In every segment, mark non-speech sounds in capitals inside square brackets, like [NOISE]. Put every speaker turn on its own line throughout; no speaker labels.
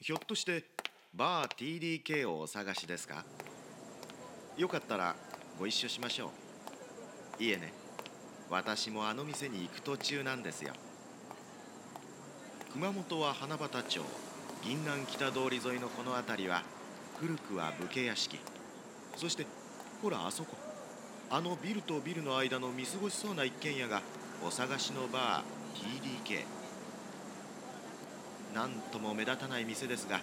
ひょっとしてバー TDK をお探しですかよかったらご一緒しましょういえね私もあの店に行く途中なんですよ熊本は花畑町銀南北通り沿いのこの辺りは古くは武家屋敷そしてほらあそこあのビルとビルの間の見過ごしそうな一軒家がお探しのバー TDK なんとも目立たない店ですが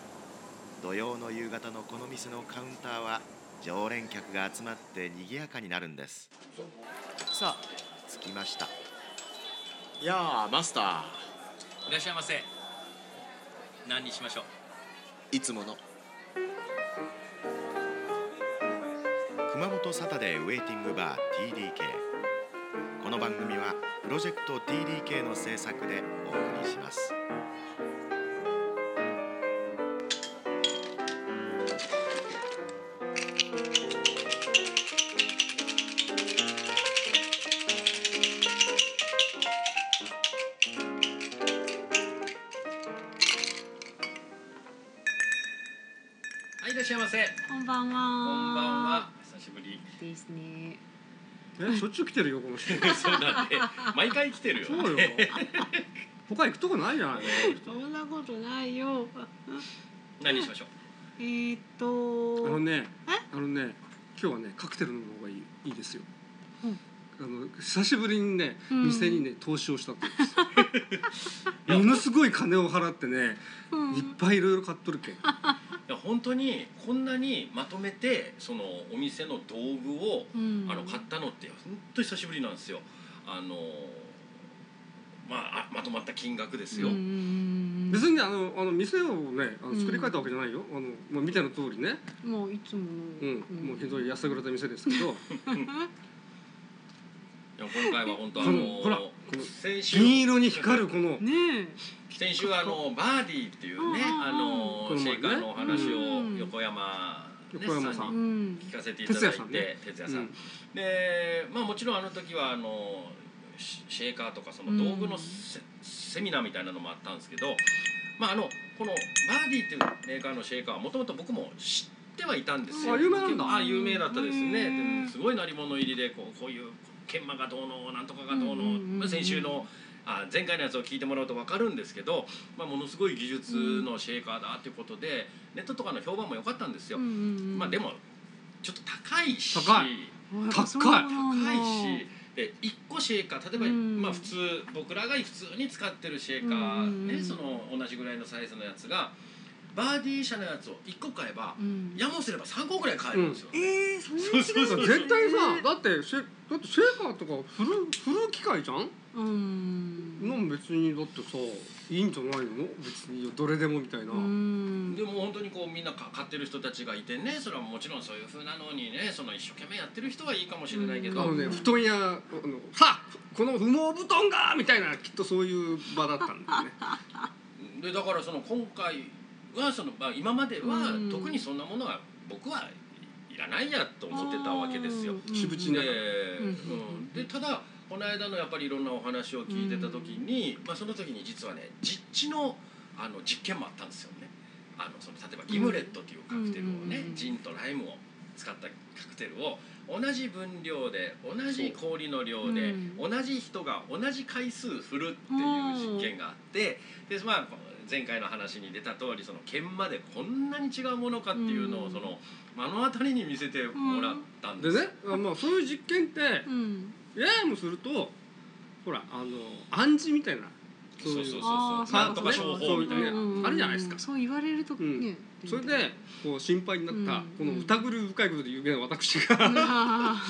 土曜の夕方のこの店のカウンターは常連客が集まって賑やかになるんですさあ着きました
いやあマスタ
いらっしゃいませ何にしましょう
ーいつもの
熊本サタデーウェイティングバー TDK この番組はプロジェクト TDK の制作でお送りします
はいいらっしゃいませ
こんばん
こ
は。
んばんは。久しぶり
ですね。
えしょっちゅう来てるよこの人
そうだ [LAUGHS] ね毎回来てるよ
そうよ他行くとこないじゃない
そんなことないよ。
何にしましょう
えー、っ
あの
と。
ね
え
あのね今日はねカクテルの方がいいいいですよ、
うん
あの久しぶりにね
うん
店にね投資をした
[LAUGHS]
んですよものすごい金を払ってね
うん
いっぱいいろいろ買っとるけん
いや本当にこんなにまとめてそのお店の道具を
うん
あの買ったのって本当に久しぶりなんですよあのまああまとまった金額ですよ、
うんうんうんうん
別にねあのあの店をねあの作り変えたわけじゃないよ、あのまあ、見ての通りね、
もういつもの。
うんもうひどいやさぐれた店ですけど
でも今回は本当あ
こ
の
のほらこの
先週
銀色に光るこの
ね
先週はあのバーディーっていうね
うんうん
あの
この
シ
前
ェ
ね
イカーのお話
うん
を横山ね
横山さん
え。
に
うん。
聞かせていただい
哲也さんね
て哲
う
也さん,、
ん
でまあもちろんあの時はあのシシェーカーとかその道具のセ,、セミナーみたいなのもあったんですけどまああのこのバーディーっていうメーカーのシェーカーはもともと僕も知ってはいたんですよ
あ有名なんだ
あ有名だったですね
うん
でもすごい鳴り物入りでこうこういう研磨がどうのなんとかがどうの、
うん
まあ、先週のあ前回のやつを聞いてもらうと分かるんですけど、まあ、ものすごい技術のシェーカーだということで、ネットとかの評判も良かったんですよ、まあで
も。
もちょっと高いし
高い
やっ
高
ぱ
い
そうなんだ
高いし。で1個シェーカー例えば、
うん
まあ、普通僕らが普通に使ってるシェーカ
う
ー、
んうんうん
ね、その同じぐらいのサイズのやつがバーディー社のやつを1個買えば、
うん。
やもすれば3個ぐらい買えるんですよ、
えー、そんな違う。
そうそうそう
絶対さだってシェだってシェーカーとか振る振る機械じゃん
うん。
なん別にだってさいいんじゃないの別にどれでもみたいな、
うん。
でも本当にこうみんなか買ってる人たちがいてねそれはもちろんそういう風なのにねその一生懸命やってる人はいいかもしれないけ
あ
ど、
のね
うん
布団屋あの「はこの羽毛布団が!」みたいなきっとそういう場だったんだ
[LAUGHS]
よね
でだからその今回はその、まあ、今までは
うん
特にそんなものは僕はいらないやと思ってたわけですよ。
うん。
渋地
で,、
に
うん
うん
でただこの間のやっぱりいろんなお話を聞いてた時に、まあ、その時に実はね実地のあの実験もあったんですよね。あのその例えばギムレットというカクテルをね、
うん
ジンとライムを使ったカクテルを同じ分量で同じ氷の量で、
う
同じ人が同じ回数振るっていう実験があって、でまあ前回の話に出た通りその研磨でこんなに違うものかっていうの
う
を
ん
その目の当たりに見せてもらったんで
です
よ
ね、あまあ、そういう実験って
うん。
ややもするとほらあの暗示みたいなそう
そ
いうう
そうそう
あー
そうなんとか
そ
商
う
ね
法みたいな
そういうねあるじゃないですか
そう言われると
うん
ね。
それ
[LAUGHS]
でこう心配になっ
う
た、
ん
この疑り深いことで有名な私
う
が
ん。あ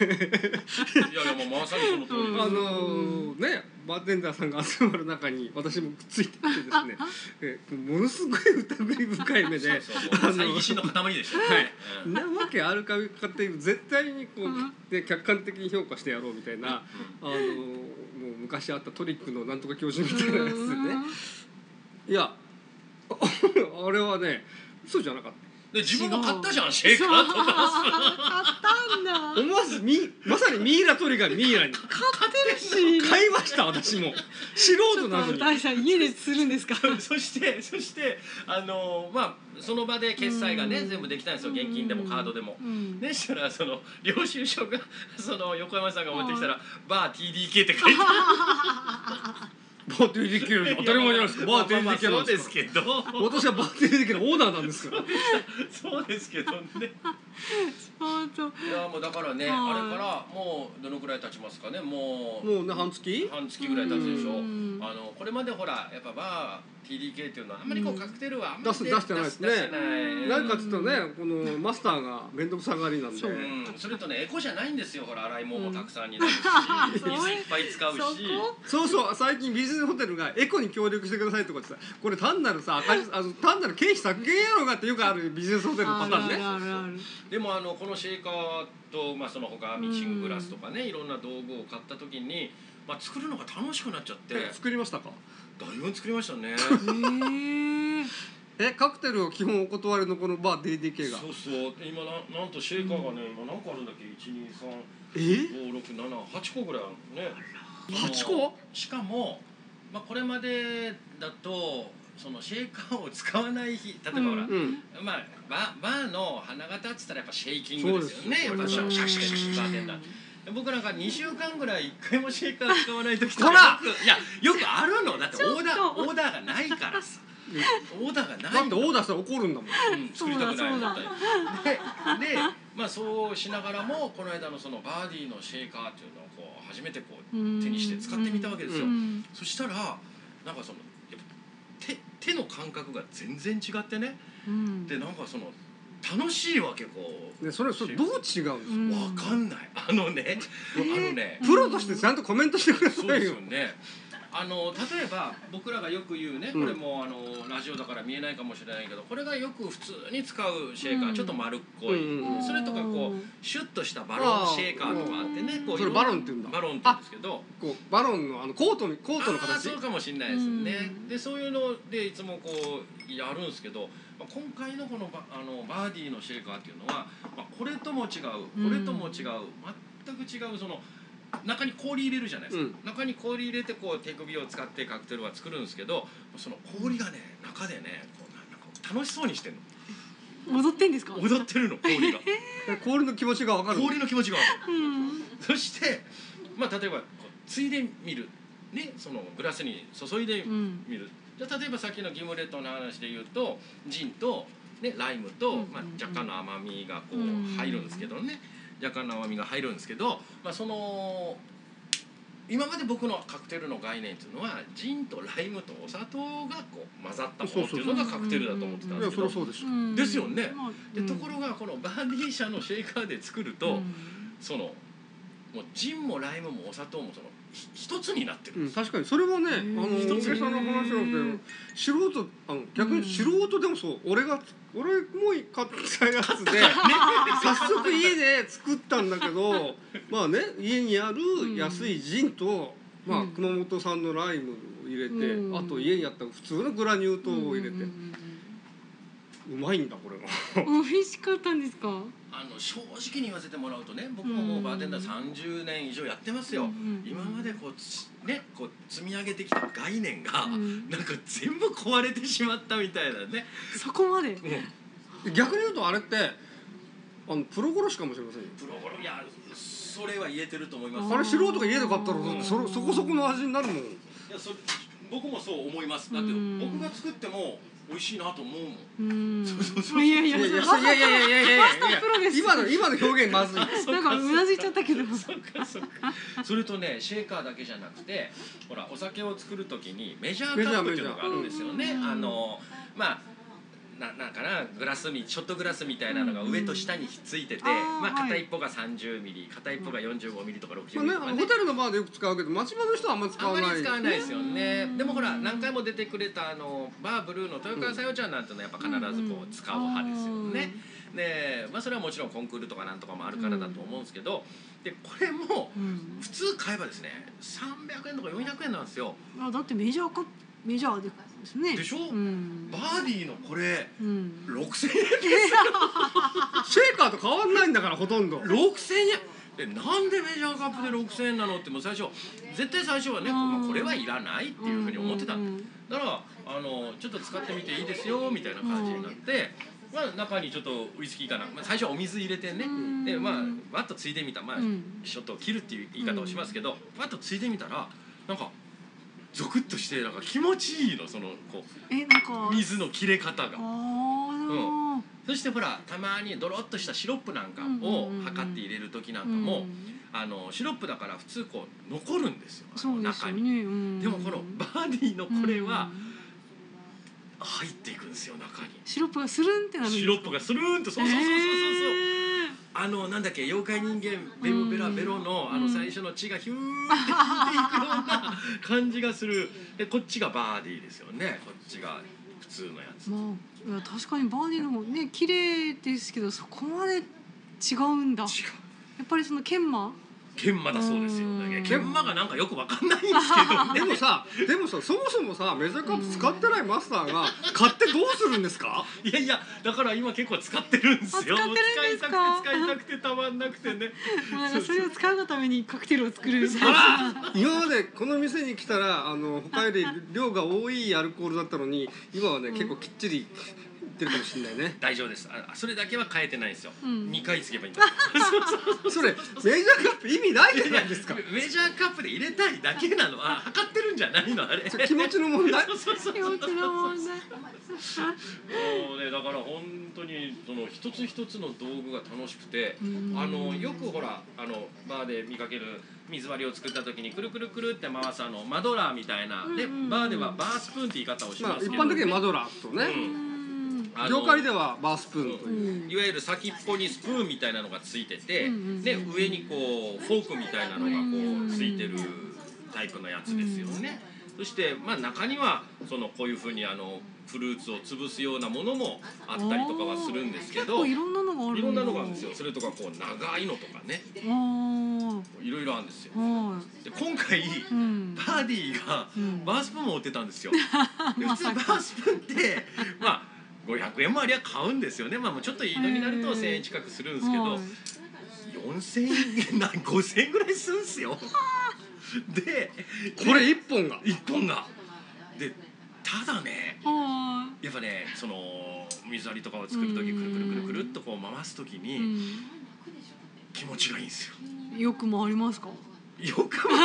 いやいやもうまさにその通り
あ
です
うん
のーねバーテンダーさんが集まる中に私もくっついてってですねえものすごい疑り深い目で
そうそうもう猜疑心の塊でしたよね、
んなわけあるかっていう絶対にこう、
うん
で客観的に評価してやろうみたいな、
う
あのもう昔あったトリックのなんとか教授みたいなやつでねいやあれはね嘘じゃなかった
で自分も買ったじゃんシェーカーと
そう
か
買ったんだ買っ
思わずミまさにミイラ取りがミイラに
てるし
買いました私も素
ちょ
人
っとあ
なの
の
に
大さん家でするんですか
そしてそしてあのまあその場で決済がね
うん
全部できたんですよ現金でもカードでも。
うん
でしたらその領収書が [LAUGHS] その横山さんが持ってきたら「バー TDK」って書いてある
バーティーできるの当たり前じゃないですかバーティーできる
まあまあまあ
の
そうですけど
私はバーティーできるオーナーなんですから
そうですけどね。
本当
いやもうだからね、
はい
あれからもうどのくらい経ちますかねもう
もうね半月
半月ぐらい経つでしょ
うん
あのこれまでほらやっぱバー TDK っていうのはあんまりこう
うん
カクテルはあんまり
出す出してないですね
出してない
なんかちょっとねこのマスターが面倒くさがりなんで
そう
うん、それとねエコじゃないんですよほら洗い物もたくさんになるし、
うんそう
水いっぱい使うし
[LAUGHS] そこ
そうそう最近ビジネスホテルがエコに協力してくださいとかってさこれ単なるさ赤字あの単なる経費削減やろうがってよくあるビジネスホテルの
あ
パ
る
ターン
あるある
ね
ある
でもあのこのシェーカーと、まあ、その他ミキシンググラスとかね、いろんな道具を買った時に、まあ、作るのが楽しくなっちゃってだい
え作りましたか
ぶ作りました
[LAUGHS]
ね
へえ
えカクテルを基本お断りのこのバー DDK が
そうそう今ななんとシェーカーがね今何個あるんだっけ123
え
五六七八個ぐらいあるね。
八個
しかもまあこれまでだとそのシェイカーを使わない日例えばほら、
う
うん
まあバーバーの花形っつったらやっぱシェイキングですよね。や
そ
っ
う
ぱ
で
シ
す
ャ
よ
クシャクシャクシャクシャクバーテンダー。僕なんか2週間ぐらい1回もシェイカー使わない時とか
ほら
よくいやよくあるのだってオーダ
ちょっ
ー
と
オーダーがないからさオーダーがない
だっ
ん
て
だ
オーダーしたら怒るんだ
う
もん
ん作りたくない
そう
みた
だ
いなでで、まあ、そうしながらもこの間のそのバーディーのシェーカーっていうのをこう初めてこう手にして使ってみたわけですよ、
うん
そしたらなんかそのやっぱ手手の感覚が全然違ってね
うん
でなんかその楽しいわけこう
ねそれそれどう違うんで
うん
わかんないあのねあのね
すかプロとしてちゃんとコメントしてくだ
そう
さい
です
よ
よね。あの例えば僕らがよく言うね、
うん
これもあのラジオだから見えないかもしれないけどこれがよく普通に使うシェーカー、
うん
ちょっと丸っこい、
うん
それとかこうシュッとしたバロンシェーカーとかあってね
あー
こう
それバロンって言うんだ
バロンって言うんですけど
こうバロンのあのコートにコートの
あー
形
そうかもしれないですね、
うん
でそういうのでいつもこうやるんですけど、まあ、今回のこのバあのバーディーのシェーカーっていうのは、まあ、これとも違うこれとも違う、全く違うその中に氷入れるじゃないですか、
うん
中に氷入れてこう手首を使ってカクテルは作るんですけどその氷がね中でねこうななんか楽しそうにしてる
踊ってんですか
の踊ってるの氷が
で氷の気持ちがわかる
氷の気持ちが分かる
うん
そして、まあ、例えばこうついでみる、ね、そのグラスに注いで
うん
見るじゃあ例えばさっきのギムレットの話で言うとジンと、ね、ライムと、
うんうんうん
まあ、若干の甘みがこ
うんうん
う入るんですけどね若干の甘みが入るんですけど、まあ、その今まで僕のカクテルの概念っていうのはジンとライムとお砂糖がこう混ざったものっていうのがカクテルだと思ってたん
い
で
や
すけど
そりゃそうでしょ
うん
ですよね
まあ
で
うん
ところがこのバーディー社のシェイカーで作ると、
うん
そのもうジンもライムもお砂糖もそのひ一つになってる。
うん、確かにそれはね、あ
うん
の、
一
大
つ
げさな話なんだけど、素人、あの、逆に素人でもそう、俺が、俺も買ったや [LAUGHS] つで。早速家で作ったんだけ [LAUGHS] ど、まあね、家にある安いジンと、まあ
うん
熊本産のライムを入れて、
うん
あと家にあった普通のグラニュー糖を入れて、う
うん
まいんだこれは。
うんうん美味しかったんですか
あの正直に言わせてもらうとね僕ももうバーテンダー30年以上やってますよ、
うん
今までこうつねこう積み上げてきた概念が、
うん
なんか全部壊れてしまったみたいなね、
そこまで
逆に言うとあれって、あのプロ殺しかもしれませんよ。
プロゴルいやそれは言えてると思います
あれ素人が家で買ったら、それそこそこの味になるもん。
いやそれ僕もそう思いますだけど
うん
僕が作っても美味しいなと思う
[LAUGHS]
もん
うん
そうそうそう
いやい
いやいやいやいやいやいやいやいや
やそれ
[LAUGHS] 今の今の表現 [LAUGHS] まずい
なんかうなずいちゃったけど
そっかそっかそれとねシェーカーだけじゃなくてほらお酒を作る時にメジャーカップっていうのがあるんですよ
メ
ね
ジャーメジャー
あのまあななんかなグラスみショットグラスみたいなのが上と下にひっついてて、
うんあー
まあ、
はい
片一方が30ミリ片一方が45ミリとか60
ま
ミリと
あ
か
ね、
ね
ホテルのバーでよく使うけど町場の人はあんまり使
あん
わ
ま
ない
り使わないですよね
うん
でもほら何回も出てくれたあのバーブルーの豊川さよちゃんなんてのはやっぱ必ずこう使う派ですよね。で、まあ、それはもちろんコンクールとかなんとかもあるからだと思うんですけどでこれも
うん
普通買えばですね300円とか400円なんですよ
あだってメジャーカッメジャーですね。
でしょ
うん
バ。ーディーのこれ
うん。
6000
シェーカーと変わんないんだからほとんど
円6000円でなんでメジャーカップで6000円なのってもう最初絶対最初はね、
うん
まあ、これはいらないっていうふうに思ってたんだ
うん
だからあのちょっと使ってみていいですよみたいな感じになって、まあ、中にちょっとウイスキーかな、まあ、最初はお水入れてね
うん
でまあわっとついでみたまあ
うん
ショットを切るっていう言い方をしますけどわっとついでみたらなんかゾクッとしてなんか気持ちいいのそのこ
えなんか。
う水の切れ方
あ
が。
あ。
そしてほらたまにドロッとしたシロップなんかを測って入れる時なんかも、
うん
あのシロップだから普通こう残るんですよあ
そ
の
うです
中
よ
に。
ね。うん
でもこのバーディーのこれは
うん
入っていくんですよ中に。
シロップがスルンってなるんですか。
シロップがスルーンとそうそうそうそうそうそう、
へー
あのなんだっけ妖怪人間ベムベラベロの
うん
あ
う
の
ん
最初の血がヒューって引いていくような感じがするでこっちがバーディーですよねこっちが普通のやつ
まあ、いや確かにバーディーの方ね綺麗ですけどそこまで違うんだや
違う
っぱりその研磨
研磨だそうですよ
うん
研磨がなんかよくわかんないんですけどね
[LAUGHS]
でもさでもさそもそもさメジャーカップ使ってないマスターが買ってどうするんですか
いやいやだから今結構使ってるんですよ
あ使ってるんですか
もう使いたくて使いたくてたまんなくてね
なんかそれを使うがためにカクテルを作るみたい [LAUGHS] な
今までこの店に来たらあの他より量が多いアルコールだったのに今はね結構きっちりいってるかもしれないね
大丈夫ですあそれだけは変えてないんですよ、
うん
二回つけばいい
[LAUGHS]
んだ
それメジャーカップ意味ないじゃない [LAUGHS] ですか
メジャーカップで入れたいだけなのあ測ってるんじゃないのあれ
それ気持ちの問題
[LAUGHS] そうそうそう
病気の問題
もうねだから本当にその一つ一つの道具が楽しくて、
うん
あのよくほらあのバーで見かける水割りを作った時にくるくるくるって回すあのマドラーみたいな、で
うんうんうん
バーではバースプーンって言い方をし
ま
ま
あ
す
一
けど、
般的にマドラーとね
うん
あの
業界ではバースプーンと
う
いうん
いわゆる先っぽにスプーンみたいなのがついてて、
うんうん
で上にこうフォークみたいなのがこうついてるタイプのやつですよね。そして、まあ、中にはそのこういうふうにあのフルーツを潰すようなものもあったりとかはするんですけ
結構
ど
いろんなのがある
いろんなのがあるんですよそれとかこう長いのとかね
あ
いろいろあるんですよ
あ
[LAUGHS]
は
で今回
いうん
バーディーが
うん
バースプーンを売ってたんですよで普通バースプーンって [LAUGHS] まあ500円もありゃ買うんですよねまあもうちょっといいのになると
へー
1000円近くするんですけど
はい
4000円な5000円ぐらいするんです [LAUGHS] よで
これ一本が
1本がでただね
は
やっぱねその水割りとかを作る時くるくるくるくるっとこう回す時
い
に気持ちがいいんですよ
うんよくもありますか
よくわかん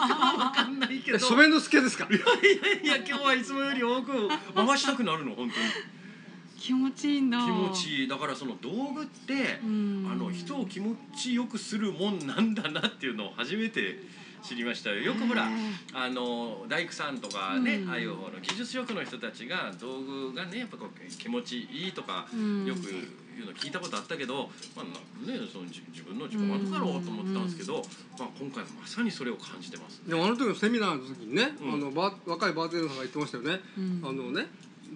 ないわかんないけど [LAUGHS]
えソメンの助ですか
いやいや今日はいつもより多く回したくなるの本
気持ちいいん
当
だ
に気持ちいいだからその道具って、
うん
あの人を気持ちよくするもんなんだなっていうのを初めて知りましたよよくほら
へえ
あの大工さんとかね、
うん
ああいうほら技術職の人たちが道具がねやっぱこう気持ちいいとか、
うん
よく言うの聞いたことあったけど、まあなね、そのじ自分の自己満足だろうと思ってたんですけど、まあ、今回まさにそれを感じてます。
でもあの時のセミナーの時にね、
うん
あのバー若いバーテンダーさんが言ってましたよね、
うん
あのね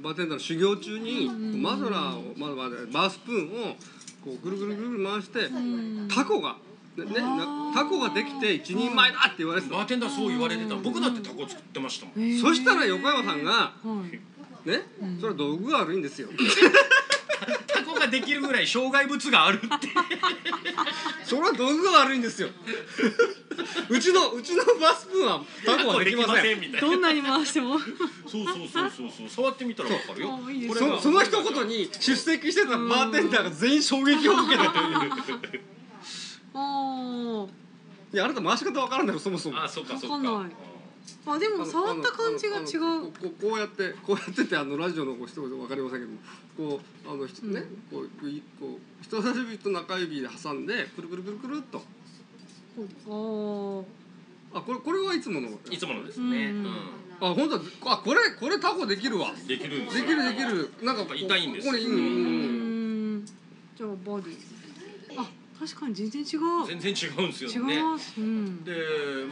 バーテンダーの修行中に、
うん
マドラーを、まあまあバースプーンをこうぐるぐるぐるぐる回して、
ん
タコがねねなタコができて一人前だって言われてた
バー
の、
テンダーそう言われてた僕だってタコ作ってましたもん
へえ
そしたら横山さんが
はい
ね、それは道具が悪いんですよ
タコができるぐらい障害物があるって
それは道具が悪いんですようちのうちのバースプーンはタコはできません
みたいな
どんなに回しても
そうそうそうそうそう触ってみたらわかるよ
そうあいいですね
そその一言に出席してたバーテンダーが全員衝撃を受けたという
[LAUGHS] あ
いやあなた回し方わからんだろそもそも
あそうかそうか
わかんないああで
あ
も
の
触った感じが違
あのあの
う
こここうやってこうやっててあのラジオのご人分かりませんけどもこうあの、ひ
ん
ねこうこういこう人差し指と中指で挟んでくるくるくるくるっと
あ
あこれこれはいつもの
いつものですね
うん
あ本当だあこれこれタコできるわ
うん
で
できるんです
き
よ
るできるなんかこう
痛いんです
ここにうん
あう
うんうん
んじゃあバーディーあ確かに全然違う
全然違うんです
違い
よね
ますうん
で、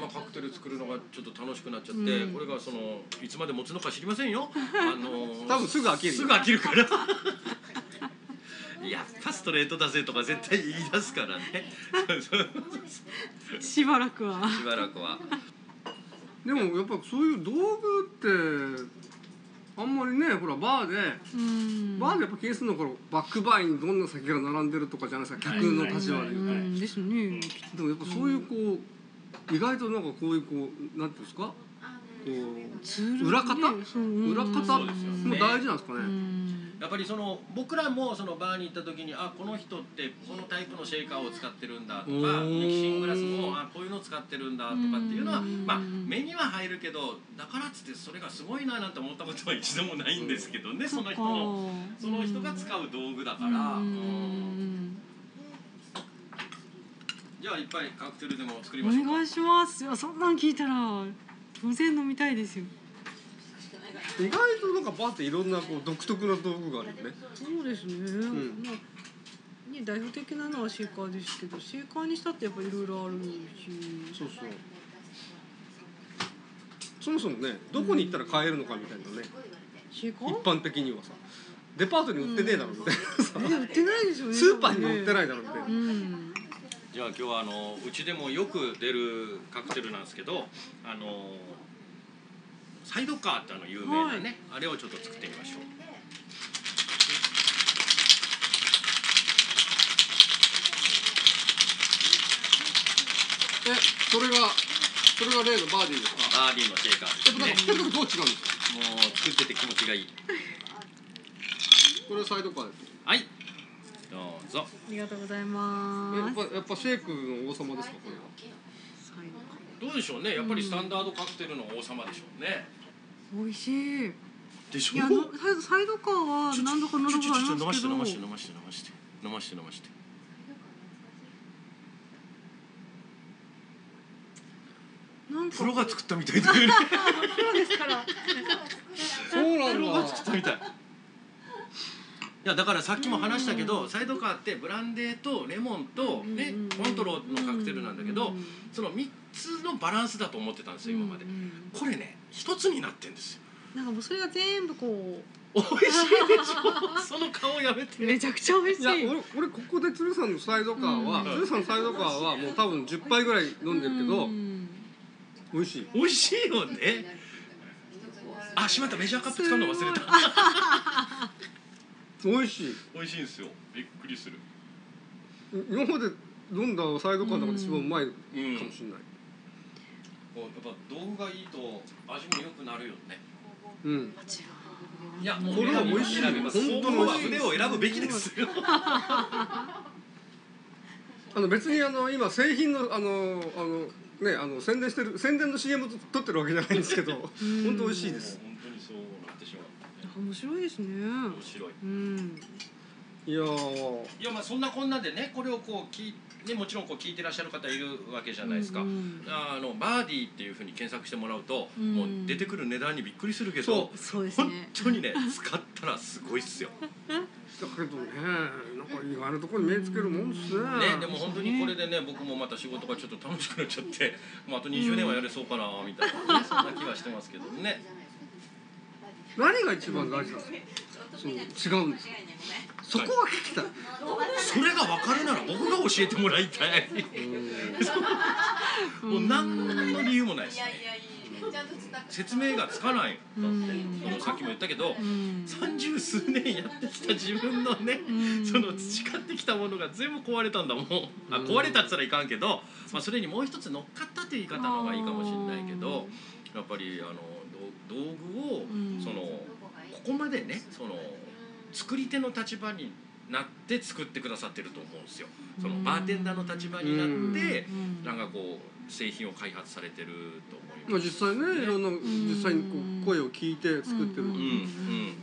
まあ、カクテル作るのがちょっと楽しくなっちゃって、
うん
これがそのいつまで持つのか知りませんよあの
多分すぐ飽きるよ
すぐ飽きるから [LAUGHS] やっぱストレートだぜとか絶対言い出すからね
しばらくは
しばらくは
でもやっぱそういう道具ってあんまりねほらバーで、
うん
バーでやっぱ気にするのはこのバックバイにどんな酒が並んでるとかじゃないですか客の立場で言うと。
うんですね
でもやっぱそういうこう、意外となんかこういうこうなんていうんですかこう
ツール
裏方
ねそううん
裏方
そう
も
ですよね
大事なんですか
う
ね。
ん
やっぱりその僕らもそのバーに行った時にあこの人ってこのタイプのシェイカーを使ってるんだとか
お
ミ
ー
キシンググラスもあこういうのを使ってるんだとかっていうのは
うん
まあ目には入るけどだからっつってそれがすごいななんて思ったことは一度もないんですけどねその人の
っか
その人が使う道具だから。
うん
うんじゃあいっぱいカクテルでも作り
お
ましょうか
願いしますいやそんなん聞いたら当然飲みたいですよ
意外となんかバーっていろんなこう独特な道具があるよね。
そうですね、
ん
まあね代表的なのはシェイカーですけどシェイカーにしたってやっぱいろいろあるし
そうそう。そもそもねどこに行ったら買えるのかみたいなね、
シェイカ
一
ー
般的にはさデパートに売ってねえだろみたいなさ、
え売ってないですよね
スーパーにも売ってないいだろみたいな。
うん
じゃあ今日はあのうちでもよく出るカクテルなんですけどあのサイドカーってあの有名なね、あれをちょっと作ってみましょう
えそれがそれが例のバーディーですか。
バーディーのシェイカーですね
てる時どう違うんですか。
もう作ってて気持ちがいい
これはサイドカーです。
はいどうぞ
ありがとうござい
えや
ま
っ
す
ぱやっぱシェイクの王様ですかこれは。
最後
どうでしょうねやっぱりスタンダードカクテルの王様でしょうね
美味しい
でし
いやあのサイドサイドカーは何度か飲んだことありますけど
飲まして飲まして飲まして飲まして飲まして
なんか
[LAUGHS] プロが作ったみたいだよね
プロですから
そうなんだ。
みたい。いやだからさっきも話したけど、サイドカーってブランデーとレモンとね、
うんうんうん
コントロールのカクテルなんだけど、
うん
その3つのバランスだと思ってたんですよ今まで、
うんうん
これね一つになってんですよ
なんかもうそれが全部こ
[LAUGHS] 美味しいでしょ [LAUGHS] その顔やめ
う
て
めちゃくちゃ美味し
い
い
や俺俺ここで鶴さんのサイドカーは、
うん
鶴さんのサイドカーはもう多分10杯ぐらい飲んでるけど、
うん
美味しい
美味しいよねあしまったメジャーカップ使うの忘れた
美味しい
[LAUGHS] 美味しいんですよびっくりする、
今まで飲んだサイドカーの中で一番うまいか
うん、こ
もしれないう
やっぱ道具がいいと味も良くなるよね
うん
いや、もう
これは美味しい
選びます
本当に
総合
美
は
味しい
腕を選ぶべきですよ。
あの別にあの今製品のあのあのねあの宣伝してる宣伝の CM 撮ってるわけじゃないんですけど
[LAUGHS]
本当美味しいです
本当にそうなってしまう。
面白いですね
面白い。
うん
いやー
いや、まあ、そんなこんなでね、これをこう、き、ね、もちろんこう聞いてらっしゃる方いるわけじゃないですか。
うん
あのバーディーっていうふうに検索してもらうと、
うん
もう出てくる値段にびっくりするけど
そ
そうです
本
ね
当にね使ったらすごいっすよ、ね、
だけどねなんか意外なところに目つけるもんですね
でも本当にこれでね僕もまた仕事がちょっと楽しくなっちゃってもうあと20年はやれそうかなみたいな、ね、そんな気はしてますけどね
何が一番大事なんですかそう違うんですそこが聞きたい
それが分かるなら僕が教えてもらいたい [LAUGHS] もう何の理由もないですね説明がつかないだってあのさっきも言ったけど
うん
三十数年やってきた自分のね
ん
その培ってきたものが全部壊れたんだもんあ壊れたっつったらいかんけど、まあ、それにもう一つ乗っかったという言い方の方がいいかもしれないけどやっぱりあの道道具を
うん
そのここまでねその作り手の立場になって作ってくださってると思うんですよ。そのバーテンダーの立場になって
うん
なんかこう製品を開発されてると思います。
まあ実際ねいろんな実際にこう声を聞いて作ってる
う
う
ん
ん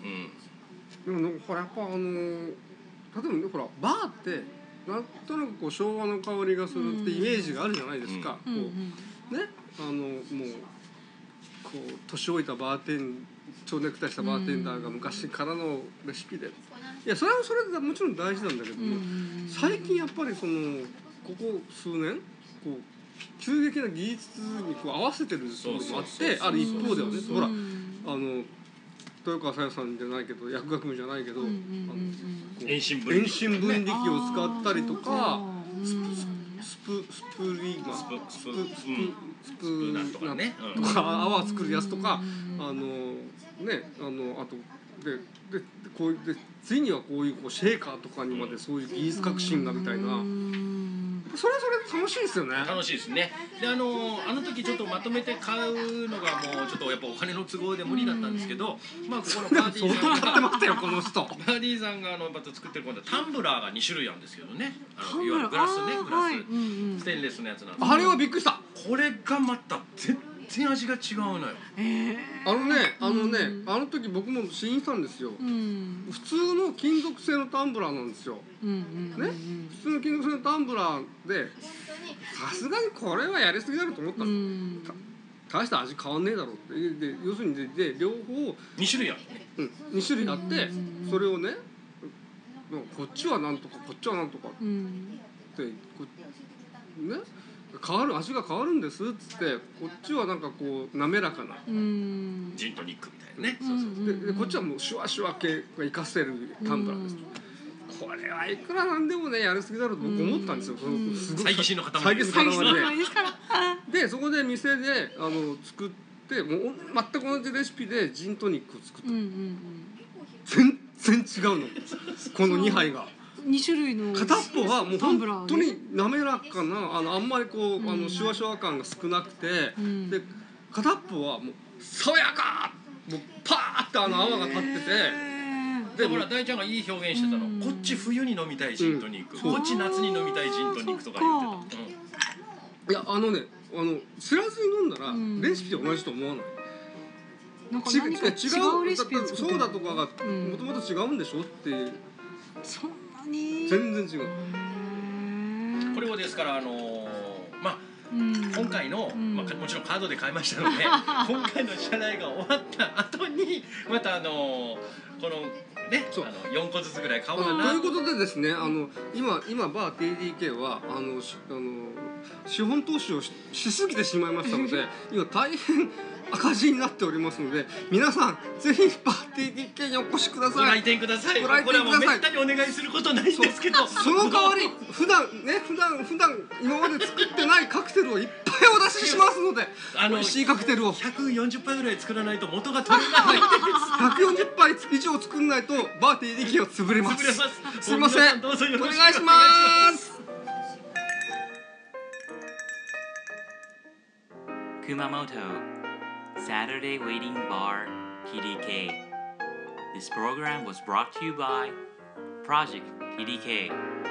でもなんかほらやっぱあのー例えばねほらバーってなんとなくこう昭和の香りがするってイメージがあるじゃないですか、
うんう
こ
ん
うねあのもうこう年老いたバーテン蝶ネクタイしたバーテンダーが昔からのレシピでいやそれはそれでもちろん大事なんだけど
うんう
も、
ん
最近やっぱりそのここ数年こう急激な技術にこう合わせてるところもあっ
そうそうそう
て
そう
ある一方ではねほら
うん
あの豊川さやさんじゃないけど薬学部じゃないけど、
うんうん
あのこう
遠心分離
遠心分離機を使ったりとか、
あーうんな
スプスプリーマ
スプスプ
スプスプ
うん
ス
う
プ
んなんとかね
なん
うん
とか泡作るやつとか
うん
あのねあのあとでででこういうでついにはこういうこうシェーカーとかにまでそういう技術革新がみたいな
うん
それはそれで楽しいですよね
楽しいですねであのあの時ちょっとまとめて買うのがもうちょっとやっぱお金の都合で無理だったんですけど、まあここのバーディ
相
ー
当
さ
[LAUGHS]
買って
んが
ましたよこの人
バーディーさんがあのまた作ってる今度はタンブラーが2種類あるんですけどねあ
考
の
え
いわゆる
る
グラスね
あー
グラス、
はいうんうん
ステンレスのやつなんです
あれはびっくりした
これがまた全然味が違うのよ
え
あのねあのね
うん
あの時僕も試飲したんですよ
ーうん
普通の金属製のタンブラーなんですよ
うんうんうんうん
普通の金属製のタンブラーでさすがにこれはやりすぎだろうと思った
う
の
ん
大した味変わんねえだろうってでで要するにでで両方、
2種類あるね
うん、2種類あって
うん
それをねうんこっちはなんとかこっちはなんとかっ
うん
てこね変わる味が変わるんですっつってこっちはなんかこう滑らかな
うん
ジントニックみたいなね、
うんうん
ででこっちはもうシュワシュワ系が活かせるタンブラーですこれはいくらなんでもねやりすぎだろうと僕思ったんですよそのすごい
猜疑心の塊
猜疑心の塊で
うんですから
でそこで店であの作ってもう全く同じレシピでジントニックを作っ
うん
た、
うん
全然
[LAUGHS]
違うのこの2杯が
うん二種類の
片っぽはもう
タンブラー
本当に滑らかなあのあんまりこうあのシュワシュワ感が少なくて、
うん
で片っぽはもう爽やかもうパーってあの泡が立ってて。
でほら大ちゃんがいい表現してたの、
うん
こっち冬に飲みたいジントニック、
うん
こっち夏に飲みたいジントニックとか言ってた、うん
いやあのねあの知らずに飲んだら
うん
レシピと同じと思わない、
なんか
ち違う
何か違うレシピを作って
ソ
る
ーダとかがも
うん
ともと違うんでしょっていう
そんなに
全然違う
これ
は、
をですからあのーまあ
うん、
今回の、
うん
まあ、もちろんカードで買いましたの
[LAUGHS]
で今回の支払いが終わった後にまたあのーこのねあ
そう
の4個ずつぐらい買おう
あ
か
の
な
ということでですねあの今今バー TDK はあのしあの資本投資をししすぎてしまいました
[LAUGHS]
ので今大変赤字になっておりますので皆さんぜひバー TDK にお越しくだ
ご
さ
来
い
店ください
ご来
こ
店ください
れはもうめったにお願いすることないんですけど
その代わり普段ね普段普段今まで作ってないカクテルをいっぱいお出ししますので
あの
美味しいカクテルを
140杯ぐらい作らないと元が取れない
[LAUGHS] 140杯以上作んないとバー TDK は潰れます
潰れます
すいません
もう皆さんどうぞよろ
お
しくお
願
願
い
い
し
し
ま
ます
Kumamoto, Saturday Waiting Bar, PDK. This program was brought to you by Project PDK.